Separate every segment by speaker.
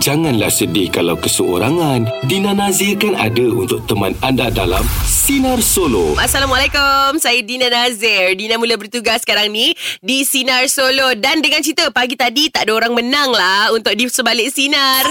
Speaker 1: Janganlah sedih kalau keseorangan. Dina Nazir kan ada untuk teman anda dalam Sinar Solo.
Speaker 2: Assalamualaikum. Saya Dina Nazir. Dina mula bertugas sekarang ni di Sinar Solo. Dan dengan cerita pagi tadi tak ada orang menang lah untuk di sebalik Sinar.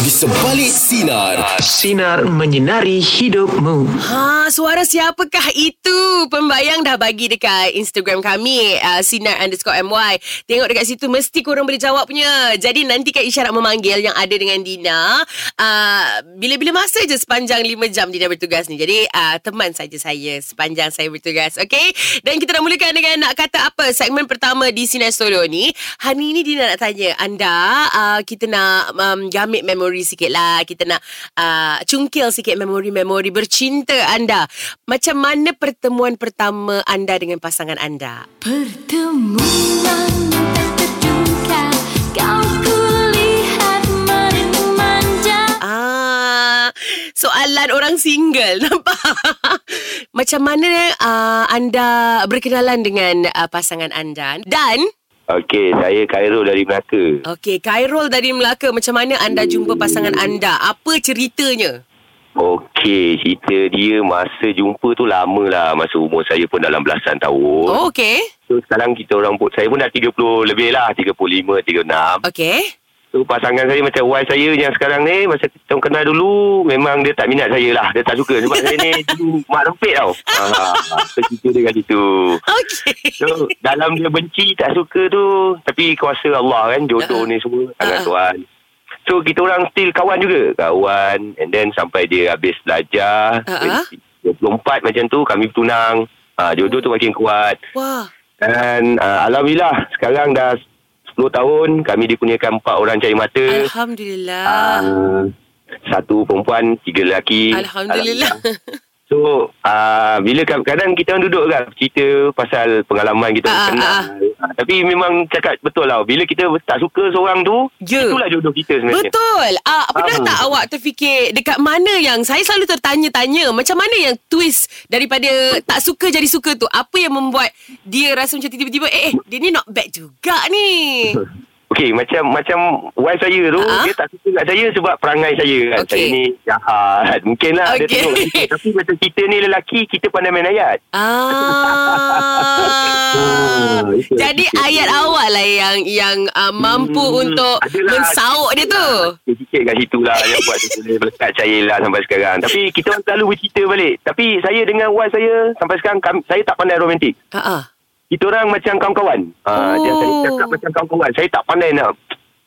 Speaker 1: Di sebalik sinar.
Speaker 3: Sinar menyinari hidupmu.
Speaker 2: Ha, suara siapakah itu? Pembayang dah bagi dekat Instagram kami. Uh, Sinar underscore MY. Tengok dekat situ. Mesti korang boleh jawab punya. Jadi nantikan isyarat memanggil yang ada dengan Dina. Uh, bila-bila masa je sepanjang 5 jam Dina bertugas ni. Jadi uh, teman saja saya sepanjang saya bertugas. Okay? Dan kita dah mulakan dengan nak kata apa segmen pertama di Sinar Solo ni. Hari ni Dina nak tanya anda. Uh, kita nak um, gamit memori sikit lah. Kita nak uh, cungkil sikit memori-memori bercinta anda. Macam mana pertemuan pertama anda dengan pasangan anda?
Speaker 4: Pertemuan tak terduga Kau kulihat manja
Speaker 2: Ah, soalan orang single nampak. Macam mana uh, anda berkenalan dengan uh, pasangan anda? Dan
Speaker 5: Okey, saya Khairul dari Melaka.
Speaker 2: okey, Khairul dari Melaka, macam mana anda jumpa pasangan anda? Apa ceritanya?
Speaker 5: Okey, cerita dia masa jumpa tu lama lah. Masa umur saya pun dalam belasan tahun. Oh.
Speaker 2: Oh, okey.
Speaker 5: So, sekarang kita orang pun, saya pun dah 30 lebih lah. 35, 36.
Speaker 2: Okey.
Speaker 5: So, pasangan saya macam wife saya yang sekarang ni, masa kita orang kenal dulu, memang dia tak minat saya lah. Dia tak suka sebab saya ni dulu mak rempit tau. Ah, so, kita dengan situ.
Speaker 2: Okey.
Speaker 5: So, dalam dia benci, tak suka tu. Tapi kuasa Allah kan, jodoh
Speaker 2: Ha-ha.
Speaker 5: ni semua. Tangan
Speaker 2: Ha-ha.
Speaker 5: Tuhan. So, kita orang still kawan juga. Kawan. And then, sampai dia habis belajar.
Speaker 2: Ha-ha.
Speaker 5: 24 macam tu, kami bertunang. Ha, jodoh tu makin kuat.
Speaker 2: Wah.
Speaker 5: Dan, uh, Alhamdulillah, sekarang dah 10 tahun. Kami dikurniakan 4 orang cari mata.
Speaker 2: Eh. Alhamdulillah.
Speaker 5: Ah, satu perempuan, tiga lelaki.
Speaker 2: Alhamdulillah.
Speaker 5: So, uh, bila kadang-kadang kita orang duduk kan cerita pasal pengalaman kita
Speaker 2: Ah,
Speaker 5: uh, kenal.
Speaker 2: ah,
Speaker 5: Uh, tapi memang cakap betul lah. Bila kita tak suka seorang tu,
Speaker 2: Ya.
Speaker 5: itulah jodoh kita sebenarnya.
Speaker 2: Betul. Ah, pernah
Speaker 5: Ah.
Speaker 2: tak awak terfikir dekat mana yang saya selalu tertanya-tanya macam mana yang twist daripada tak suka jadi suka tu? Apa yang membuat dia rasa macam tiba-tiba eh, eh dia ni not bad juga ni.
Speaker 5: Okey, macam macam wife saya tu,
Speaker 2: Ah.
Speaker 5: dia tak suka kat saya sebab perangai saya kan.
Speaker 2: Okey.
Speaker 5: Saya ni jahat. Mungkinlah dia
Speaker 2: Okey.
Speaker 5: tengok. kita. Tapi macam kita ni lelaki, kita pandai main ayat.
Speaker 2: Ah.
Speaker 5: Ah, itu.
Speaker 2: jadi ayat awak lah yang yang uh, mampu
Speaker 5: Hmm,
Speaker 2: untuk
Speaker 5: adalah.
Speaker 2: mensauk dia tu.
Speaker 5: Sikit kat situ lah yang buat saya boleh melekat saya lah sampai sekarang. Tapi kita orang selalu bercerita balik. Tapi saya dengan wife saya sampai sekarang kami, saya tak pandai romantik.
Speaker 2: Ha ah.
Speaker 5: Kita orang macam kawan-kawan. Ha, oh. dia, saya
Speaker 2: Oh.
Speaker 5: cakap macam kawan-kawan. Saya tak pandai nak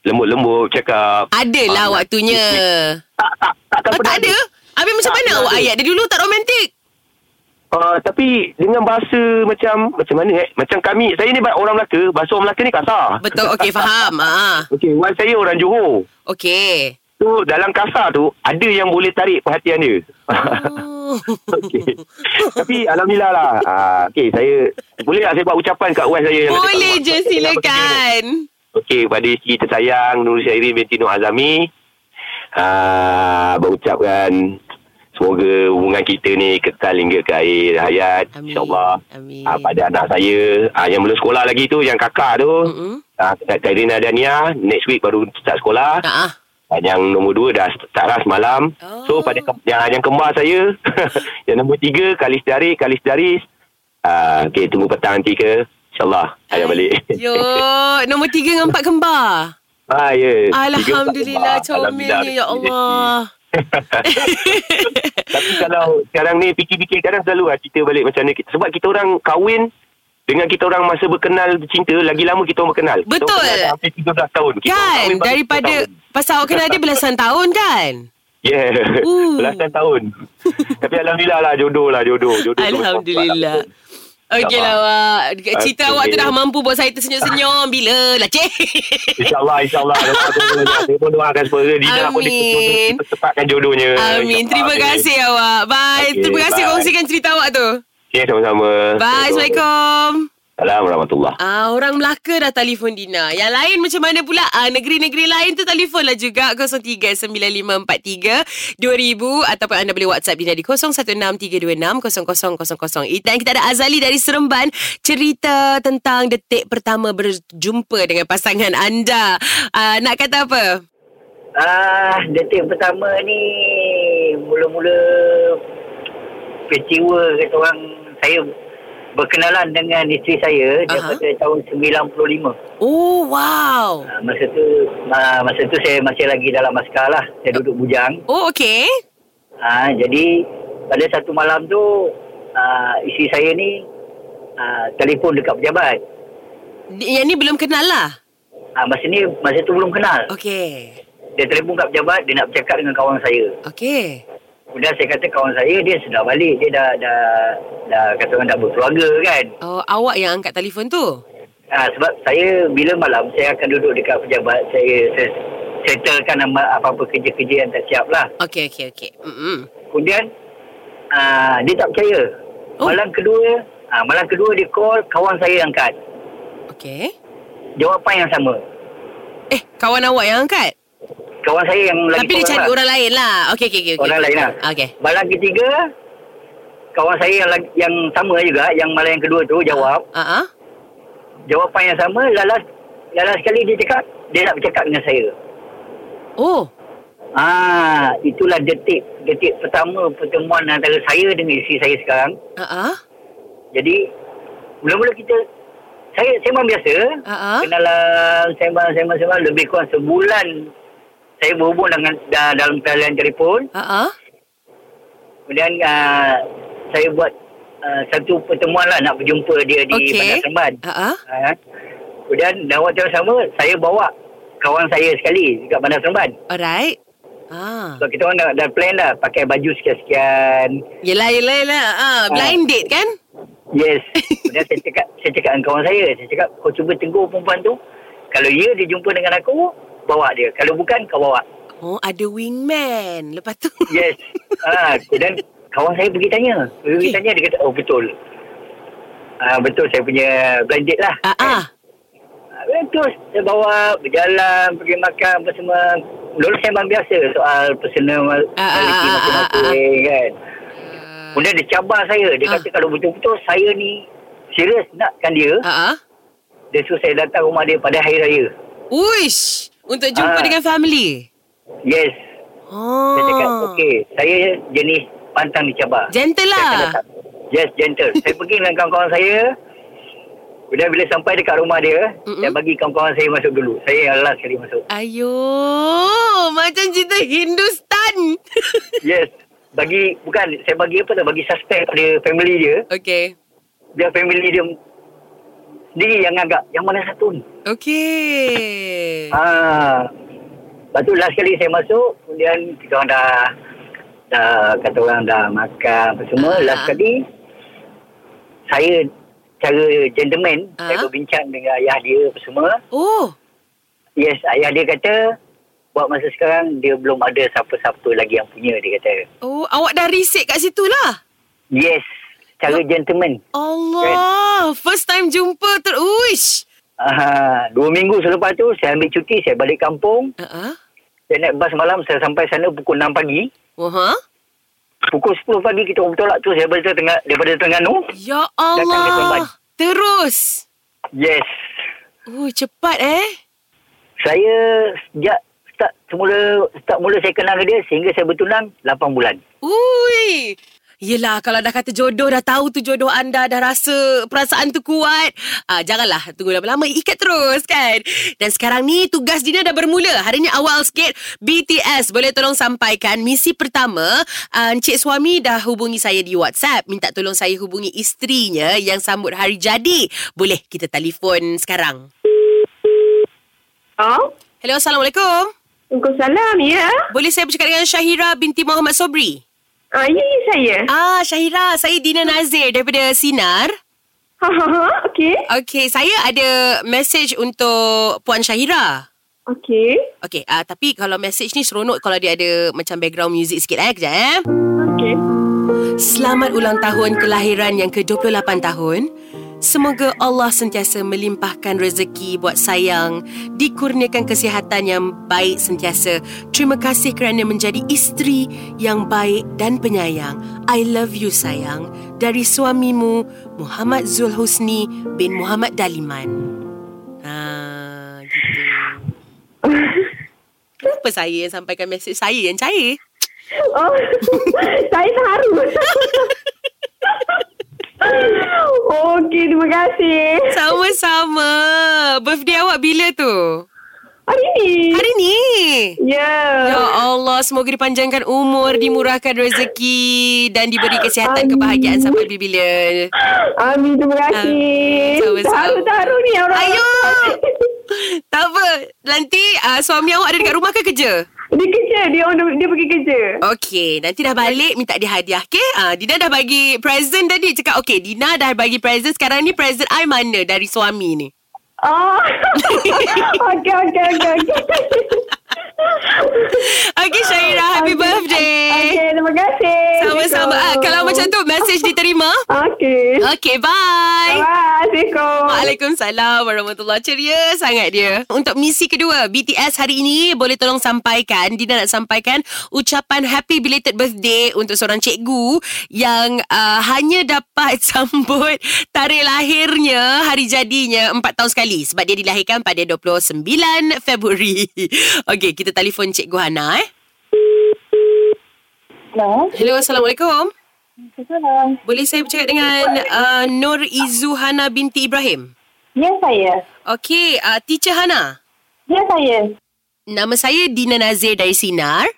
Speaker 5: lembut-lembut cakap.
Speaker 2: Adalah
Speaker 5: Ah,
Speaker 2: waktunya.
Speaker 5: Tak, tak, tak, tak,
Speaker 2: Oh, tak ada. Habis macam
Speaker 5: Tak
Speaker 2: mana
Speaker 5: pernah
Speaker 2: awak
Speaker 5: ada.
Speaker 2: ayat dia dulu tak romantik?
Speaker 5: Uh, tapi dengan bahasa macam macam mana eh? Macam kami, saya ni orang Melaka, bahasa orang Melaka ni kasar.
Speaker 2: Betul. Okey, faham. Ah.
Speaker 5: Okey, wife saya orang Johor.
Speaker 2: Okey.
Speaker 5: So dalam kasar tu ada yang boleh tarik perhatian dia.
Speaker 2: Oh.
Speaker 5: Okey. Tapi alhamdulillah lah. Ah, okey, saya boleh tak saya buat ucapan kat wife saya yang
Speaker 2: Boleh
Speaker 5: dekat
Speaker 2: je
Speaker 5: rumah?
Speaker 2: silakan.
Speaker 5: Okey, pada isteri tersayang Nur Syairi binti Nur Azami ah, berucapkan semoga hubungan kita ni kekal hingga ke akhir hayat
Speaker 2: Amin.
Speaker 5: insya-Allah.
Speaker 2: Amin.
Speaker 5: Ah, pada anak saya ah, yang mula sekolah lagi tu yang kakak tu.
Speaker 2: Mm-mm.
Speaker 5: Ah, Kairina Dania next week baru start sekolah.
Speaker 2: Ah. ah.
Speaker 5: Dan yang nombor dua dah start lah semalam.
Speaker 2: Oh.
Speaker 5: Oh. So pada ke- yang, yang kembar saya, yang nombor tiga, Kalis Dari, Kalis Dari. Uh, okay, tunggu petang nanti ke. InsyaAllah, saya balik.
Speaker 2: Eh, Yo, nombor tiga dengan empat kembar.
Speaker 5: ah, yeah.
Speaker 2: Alhamdulillah comelnya ya Allah.
Speaker 5: Tapi kalau sekarang ni fikir-fikir kadang selalu lah cerita balik macam ni. Sebab kita orang kahwin dengan kita orang masa berkenal bercinta, lagi lama kita orang berkenal. Kita
Speaker 2: Betul.
Speaker 5: orang kenal dah hampir 13 tahun. Kita orang kahwin
Speaker 2: Kan
Speaker 5: baru 10
Speaker 2: daripada
Speaker 5: tahun.
Speaker 2: pasal awak kenal dia belasan tahun kan?
Speaker 5: Yeah,
Speaker 2: Ooh.
Speaker 5: belasan tahun. Tapi Alhamdulillah lah, jodoh lah, jodoh. jodoh tu
Speaker 2: Alhamdulillah.
Speaker 5: macam mana pun.
Speaker 2: Okey lah awak. Dekat Cerita
Speaker 5: Okey.
Speaker 2: awak tu dah mampu buat saya tersenyum-senyum. Bila lah cik.
Speaker 5: InsyaAllah, insyaAllah. Doa- doa- doa- Saya pun doakan sepuluh. Dina pun
Speaker 2: Amin.
Speaker 5: dipercepatkan jodohnya.
Speaker 2: Amin. Terima
Speaker 5: InsyaAllah.
Speaker 2: kasih awak. Bye.
Speaker 5: ya Okey,
Speaker 2: Terima kasih
Speaker 5: bye.
Speaker 2: kongsikan cerita awak tu.
Speaker 5: Okay, sama-sama.
Speaker 2: Bye. Assalamualaikum.
Speaker 5: Assalamualaikum warahmatullahi
Speaker 2: Ah, orang Melaka dah telefon Dina. Yang lain macam mana pula? Ah, negeri-negeri lain tu telefon lah juga 0395432000 ataupun anda boleh WhatsApp Dina di 0163260000. Itu Dan kita ada Azali dari Seremban cerita tentang detik pertama berjumpa dengan pasangan anda. Ah, nak kata apa?
Speaker 6: Ah, detik pertama ni mula-mula kecewa kata orang saya berkenalan dengan isteri saya
Speaker 2: Aha.
Speaker 6: uh-huh. daripada tahun 95.
Speaker 2: Oh, wow.
Speaker 6: Ah, masa tu ah, masa tu saya masih lagi dalam askar lah. Saya duduk bujang.
Speaker 2: Oh, okay.
Speaker 6: Ah, jadi pada satu malam tu ah, isteri saya ni ah, telefon dekat pejabat.
Speaker 2: Di- Yang ni belum kenal lah.
Speaker 6: Ah, masa ni masa tu belum kenal.
Speaker 2: Okay.
Speaker 6: Dia telefon kat pejabat dia nak bercakap dengan kawan saya.
Speaker 2: Okay.
Speaker 6: Kemudian saya kata kawan saya dia sudah balik dia dah dah dah kata orang dah berkeluarga kan.
Speaker 2: Oh, awak yang angkat telefon tu?
Speaker 6: Ha, sebab saya bila malam saya akan duduk dekat pejabat saya, saya settlekan nama apa-apa kerja-kerja yang tak siap lah.
Speaker 2: Okay, okay, okay. Mm-mm.
Speaker 6: Kemudian ha, dia tak percaya.
Speaker 2: Oh.
Speaker 6: Oh. Malam kedua ha, malam kedua dia call kawan saya angkat.
Speaker 2: Okay.
Speaker 6: Jawapan yang sama.
Speaker 2: Eh, kawan awak yang angkat?
Speaker 6: Kawan saya yang lagi
Speaker 2: Tapi dia cari orang lain lah. Okay, okay, okay. okay.
Speaker 6: Orang lain lah.
Speaker 2: Okay.
Speaker 6: Malam ketiga kawan saya yang lagi- yang sama juga yang malam yang kedua tu jawab.
Speaker 2: Ah, ah.
Speaker 6: jawapan yang sama lalas lalas sekali dia cakap dia nak bercakap dengan saya
Speaker 2: Oh,
Speaker 6: ah itulah detik detik pertama pertemuan antara saya dengan isteri saya sekarang
Speaker 2: ah, ah.
Speaker 6: jadi mula-mula kita saya sembang biasa
Speaker 2: Ah, ah.
Speaker 6: kenalan sembang sembang sembang lebih kurang sebulan saya berhubung dengan dah, dalam talian telefon
Speaker 2: Ah, ah.
Speaker 6: kemudian ah, saya buat ah, satu pertemuan lah nak berjumpa dia di
Speaker 2: Okay.
Speaker 6: Bandar Seremban
Speaker 2: Ah, ah.
Speaker 6: Ha. Kemudian dalam waktu yang sama saya bawa kawan saya sekali dekat Bandar Seremban.
Speaker 2: Alright. Ah.
Speaker 6: So kita orang dah, dah plan dah pakai baju sekian-sekian.
Speaker 2: Yelah, yelah, yelah. Ah, blind date kan?
Speaker 6: Yes. Kemudian saya cakap saya cakap dengan kawan saya, saya cakap kau cuba tegur perempuan tu. Kalau ya dia jumpa dengan aku, bawa dia. Kalau bukan kau bawa.
Speaker 2: Oh, ada wingman. Lepas tu.
Speaker 6: Yes. ha, kemudian kawan saya pergi tanya. Pergi
Speaker 2: Okey.
Speaker 6: tanya dia kata oh betul. Ah ha, betul saya punya blind date lah.
Speaker 2: Ah, ah.
Speaker 6: Habis Terus dia bawa berjalan pergi makan apa semua. Dulu sembang biasa soal personal
Speaker 2: Ah, ah,
Speaker 6: maliki
Speaker 2: ah, ah,
Speaker 6: masing-masing kan. Kemudian dia cabar saya. Dia
Speaker 2: Ah.
Speaker 6: kata kalau betul-betul saya ni serius nakkan dia,
Speaker 2: Ah, ah.
Speaker 6: dia suruh saya datang rumah dia pada hari raya.
Speaker 2: Uish. Untuk jumpa
Speaker 6: Ah.
Speaker 2: dengan family.
Speaker 6: Yes.
Speaker 2: Oh.
Speaker 6: Saya cakap, okey, saya jenis pantang dicabar.
Speaker 2: Gentle
Speaker 6: Saya akan
Speaker 2: lah.
Speaker 6: datang. Yes, gentle. saya pergi dengan kawan-kawan saya. Kemudian bila sampai dekat rumah dia,
Speaker 2: Mm-mm.
Speaker 6: saya bagi kawan-kawan saya masuk dulu. Saya yang last sekali masuk.
Speaker 2: Ayo, macam cerita Hindustan.
Speaker 6: Yes. Bagi bukan saya bagi apa tu bagi suspek pada family dia.
Speaker 2: okay.
Speaker 6: Dia family dia sendiri yang agak yang mana satu ni.
Speaker 2: Okay.
Speaker 6: Ha. Lepas tu last kali saya masuk kemudian kita orang dah dah kata orang dah makan apa semua
Speaker 2: Ah.
Speaker 6: last kali saya cara gentleman
Speaker 2: Ah.
Speaker 6: saya berbincang dengan ayah dia apa semua.
Speaker 2: Oh.
Speaker 6: Yes, ayah dia kata buat masa sekarang dia belum ada siapa-siapa lagi yang punya dia kata.
Speaker 2: Oh, awak dah reset kat situ lah.
Speaker 6: Yes, cara gentleman.
Speaker 2: Allah. Eh. First time jumpa ter... Uish.
Speaker 6: Ah, dua minggu selepas tu saya ambil cuti, saya balik kampung.
Speaker 2: Ah, ah.
Speaker 6: Saya naik bas malam, saya sampai sana pukul 6 pagi.
Speaker 2: Oh, ha?
Speaker 6: Pukul 10 pagi kita orang bertolak tu saya balik tengah, daripada Terengganu.
Speaker 2: Ya
Speaker 6: Datang ke Seremban.
Speaker 2: Allah. Terus.
Speaker 6: Yes.
Speaker 2: Oh, cepat eh.
Speaker 6: Saya sejak start semula start mula saya kenal dengan dia sehingga saya bertunang 8 bulan.
Speaker 2: Ui. Yelah, kalau dah kata jodoh, dah tahu tu jodoh anda, dah rasa perasaan tu kuat. Ah, janganlah tunggu lama-lama, ikat terus kan. Dan sekarang ni tugas Dina dah bermula. Hari ni awal sikit, BTS boleh tolong sampaikan. Misi pertama, ah, Encik Suami dah hubungi saya di WhatsApp. Minta tolong saya hubungi isterinya yang sambut hari jadi. Boleh kita telefon sekarang.
Speaker 7: Oh,
Speaker 2: Hello, Assalamualaikum.
Speaker 7: Waalaikumsalam, ya.
Speaker 2: Boleh saya bercakap dengan Syahira binti Muhammad Sobri?
Speaker 7: Ah, ya, ya saya.
Speaker 2: Ah, Syahira, saya Dina Nazir daripada Sinar.
Speaker 7: Ha, ha, ha, okey.
Speaker 2: Okey, saya ada message untuk Puan Syahira.
Speaker 7: Okey.
Speaker 2: Okey, uh, tapi kalau message ni seronok kalau dia ada macam background music sikit eh. Kejap eh.
Speaker 7: Okey.
Speaker 2: Selamat ulang tahun kelahiran yang ke-28 tahun. Semoga Allah sentiasa melimpahkan rezeki buat sayang, dikurniakan kesihatan yang baik sentiasa. Terima kasih kerana menjadi isteri yang baik dan penyayang. I love you sayang dari suamimu Muhammad Zulhusni bin Muhammad Daliman. Ha, gitu. Kenapa saya yang sampaikan mesej saya yang cair?
Speaker 7: Oh, saya terharu. Okey, terima kasih.
Speaker 2: Sama-sama. Birthday awak bila tu?
Speaker 7: Hari ni.
Speaker 2: Hari ni.
Speaker 7: Ya.
Speaker 2: Ya Allah, semoga dipanjangkan umur, dimurahkan rezeki dan diberi kesihatan,
Speaker 7: Amin.
Speaker 2: kebahagiaan sampai bila-bila.
Speaker 7: Amin, Ah, terima
Speaker 2: Amin.
Speaker 7: kasih.
Speaker 2: Sama-sama.
Speaker 7: Terharu-terharu ni orang.
Speaker 2: Ah, Ayo. Tak apa. Nanti uh, suami awak ada dekat rumah ke kerja?
Speaker 7: Dia kerja, dia on, dia pergi kerja.
Speaker 2: Okey, nanti dah balik minta dia hadiah, okey? Ah, Dina dah bagi present tadi. Cakap, okey, Dina dah bagi present. Sekarang ni present I mana dari suami ni?
Speaker 7: Oh. okey, okey, okey, okey.
Speaker 2: Okey, Syairah. Happy
Speaker 7: Okey.
Speaker 2: birthday.
Speaker 7: Okey, terima kasih.
Speaker 2: Sama-sama. Ah, kalau macam tu, message diterima.
Speaker 7: Okey.
Speaker 2: Okey, bye.
Speaker 7: Bye. Assalamualaikum.
Speaker 2: Waalaikumsalam warahmatullahi Ceria sangat dia. Untuk misi kedua, BTS hari ini boleh tolong sampaikan, Dina nak sampaikan ucapan happy belated birthday untuk seorang cikgu yang uh, hanya dapat sambut tarikh lahirnya, hari jadinya 4 tahun sekali sebab dia dilahirkan pada 29 Februari. Okey, kita telefon Cikgu Hana eh.
Speaker 7: Hello.
Speaker 2: Hello, Assalamualaikum.
Speaker 7: Assalamualaikum.
Speaker 2: Boleh saya bercakap dengan uh, Nur Izu Hana binti Ibrahim?
Speaker 7: Ya, saya.
Speaker 2: Okey, uh, teacher Hana.
Speaker 7: Ya, saya.
Speaker 2: Nama saya Dina Nazir dari Sinar.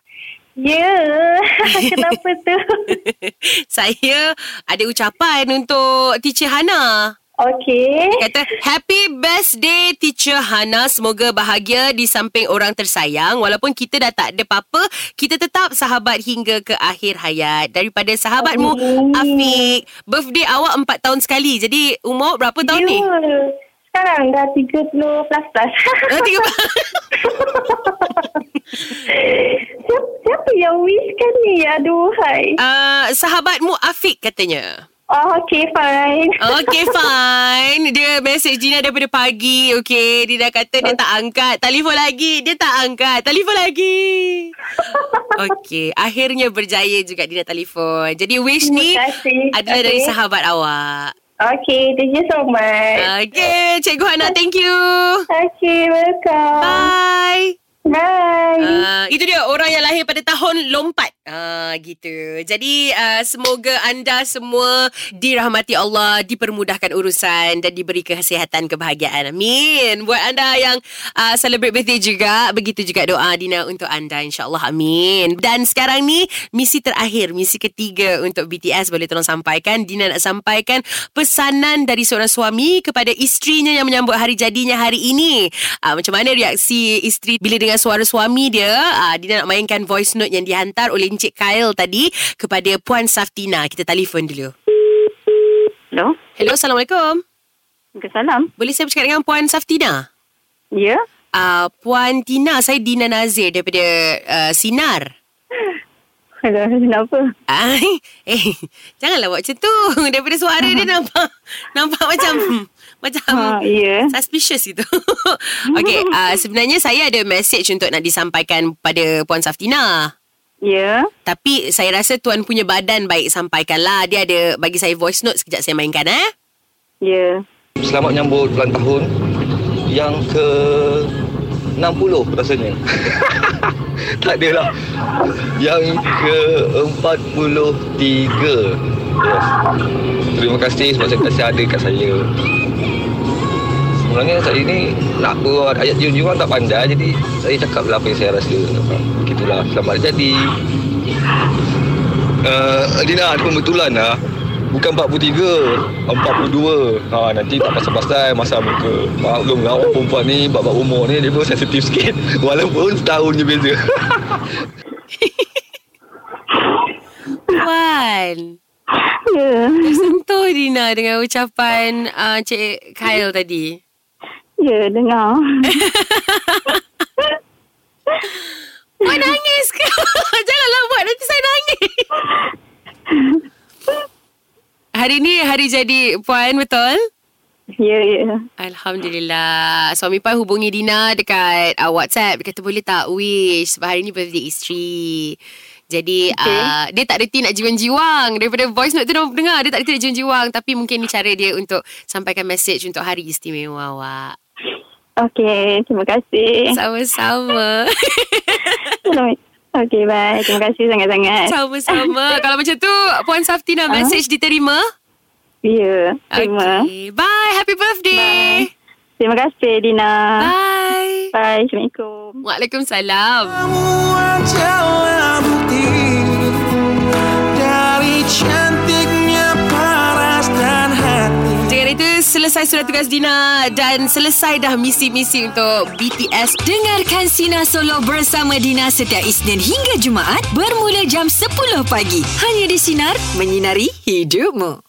Speaker 7: Ya. Kenapa tu?
Speaker 2: saya ada ucapan untuk teacher Hana.
Speaker 7: Okey.
Speaker 2: Kata, happy birthday teacher Hana. Semoga bahagia di samping orang tersayang. Walaupun kita dah tak ada apa-apa, kita tetap sahabat hingga ke akhir hayat. Daripada sahabatmu,
Speaker 7: Amin.
Speaker 2: Afiq. Birthday awak empat tahun sekali. Jadi, umur berapa tahun
Speaker 7: ya.
Speaker 2: ni?
Speaker 7: Sekarang dah 30 plus plus.
Speaker 2: Oh, tiga
Speaker 7: siapa, siapa yang wishkan ni? Aduhai.
Speaker 2: Uh, sahabatmu Afiq katanya.
Speaker 7: Oh, okay, fine.
Speaker 2: Okay fine Dia message Gina daripada pagi Okay Dia dah kata dia tak angkat Telefon lagi Dia tak angkat Telefon lagi Okay Akhirnya berjaya juga Dina telefon Jadi wish ni
Speaker 7: Terima kasih.
Speaker 2: Adalah
Speaker 7: Okay.
Speaker 2: dari sahabat awak
Speaker 7: Okay, thank you so much.
Speaker 2: Okay Cikgu Hana thank you
Speaker 7: Okay, welcome.
Speaker 2: Bye
Speaker 7: Bye.
Speaker 2: Uh, itu dia orang yang lahir pada tahun lompat. Ah gitu. Jadi uh, semoga anda semua dirahmati Allah, dipermudahkan urusan dan diberi kesihatan kebahagiaan. Amin. Buat anda yang uh, celebrate birthday juga, begitu juga doa Dina untuk anda insya-Allah. Amin. Dan sekarang ni misi terakhir, misi ketiga untuk BTS boleh tolong sampaikan Dina nak sampaikan pesanan dari seorang suami kepada isterinya yang menyambut hari jadinya hari ini. Uh, macam mana reaksi isteri bila dengar suara suami dia? Uh, Dina nak mainkan voice note yang dihantar oleh Encik Kyle tadi kepada Puan Saftina. Kita telefon dulu.
Speaker 8: Hello,
Speaker 2: Hello, Assalamualaikum.
Speaker 8: Waalaikumsalam.
Speaker 2: Boleh saya bercakap dengan Puan Saftina?
Speaker 8: Ya,
Speaker 2: Uh, Puan Tina, saya Dina Nazir daripada uh, Sinar.
Speaker 8: hello, kenapa?
Speaker 2: Ai, eh, janganlah buat macam tu. Daripada suara dia nampak nampak macam
Speaker 8: Ha,
Speaker 2: macam
Speaker 8: ya.
Speaker 2: suspicious gitu. Okey, uh, sebenarnya saya ada message untuk nak disampaikan pada Puan Saftina.
Speaker 8: Ya,
Speaker 2: Tapi saya rasa tuan punya badan baik sampaikanlah. Dia ada bagi saya voice note sekejap saya mainkan eh.
Speaker 8: ya.
Speaker 9: Selamat menyambut ulang tahun yang ke 60 rasanya. tak ada lah. Yang ke 43. Yes. Terima kasih sebab saya kasih ada kat saya. Sebenarnya saya ni nak buat ayat junjungan tak pandai jadi saya cakap lah apa yang saya rasa. Begitulah selamat jadi. Uh, Dina, ada pembetulan lah. Bukan 43 42 ha, Nanti tak pasal-pasal Masa muka Maklum lah Orang perempuan ni Babak umur ni Dia pun sensitif sikit Walaupun setahun je beza
Speaker 2: Puan.
Speaker 8: Ya,
Speaker 2: Tersentuh Dina dengan ucapan uh, Cik Kyle tadi.
Speaker 8: ya, dengar.
Speaker 2: Puan nangis ke? Janganlah buat nanti saya nangis. Hari ni hari jadi Puan betul?
Speaker 8: Ya, ya.
Speaker 2: Alhamdulillah. Suami Puan hubungi Dina dekat uh, WhatsApp. Dia kata boleh tak wish sebab hari ni birthday isteri. Jadi okay. uh, dia tak reti nak jiwang-jiwang. Daripada voice note tu dah dengar dia tak reti nak jiwang-jiwang. Tapi mungkin ni cara dia untuk sampaikan message untuk hari istimewa awak. Eh.
Speaker 8: Okey, terima kasih.
Speaker 2: Sama-sama.
Speaker 7: Okey, baik. Terima kasih sangat-sangat.
Speaker 2: Sama-sama. Kalau macam tu, Puan Saftina message diterima.
Speaker 7: Ya, terima.
Speaker 2: Okay. Bye. Happy birthday.
Speaker 7: Terima kasih, Dina.
Speaker 2: Bye. Bye.
Speaker 7: Bye. Assalamualaikum.
Speaker 2: Waalaikumsalam. Dengan itu selesai surat tugas Dina dan selesai dah misi-misi untuk BTS.
Speaker 10: Dengarkan Sina Solo bersama Dina setiap Isnin hingga Jumaat bermula jam 10 pagi. Hanya di Sinar, menyinari hidupmu.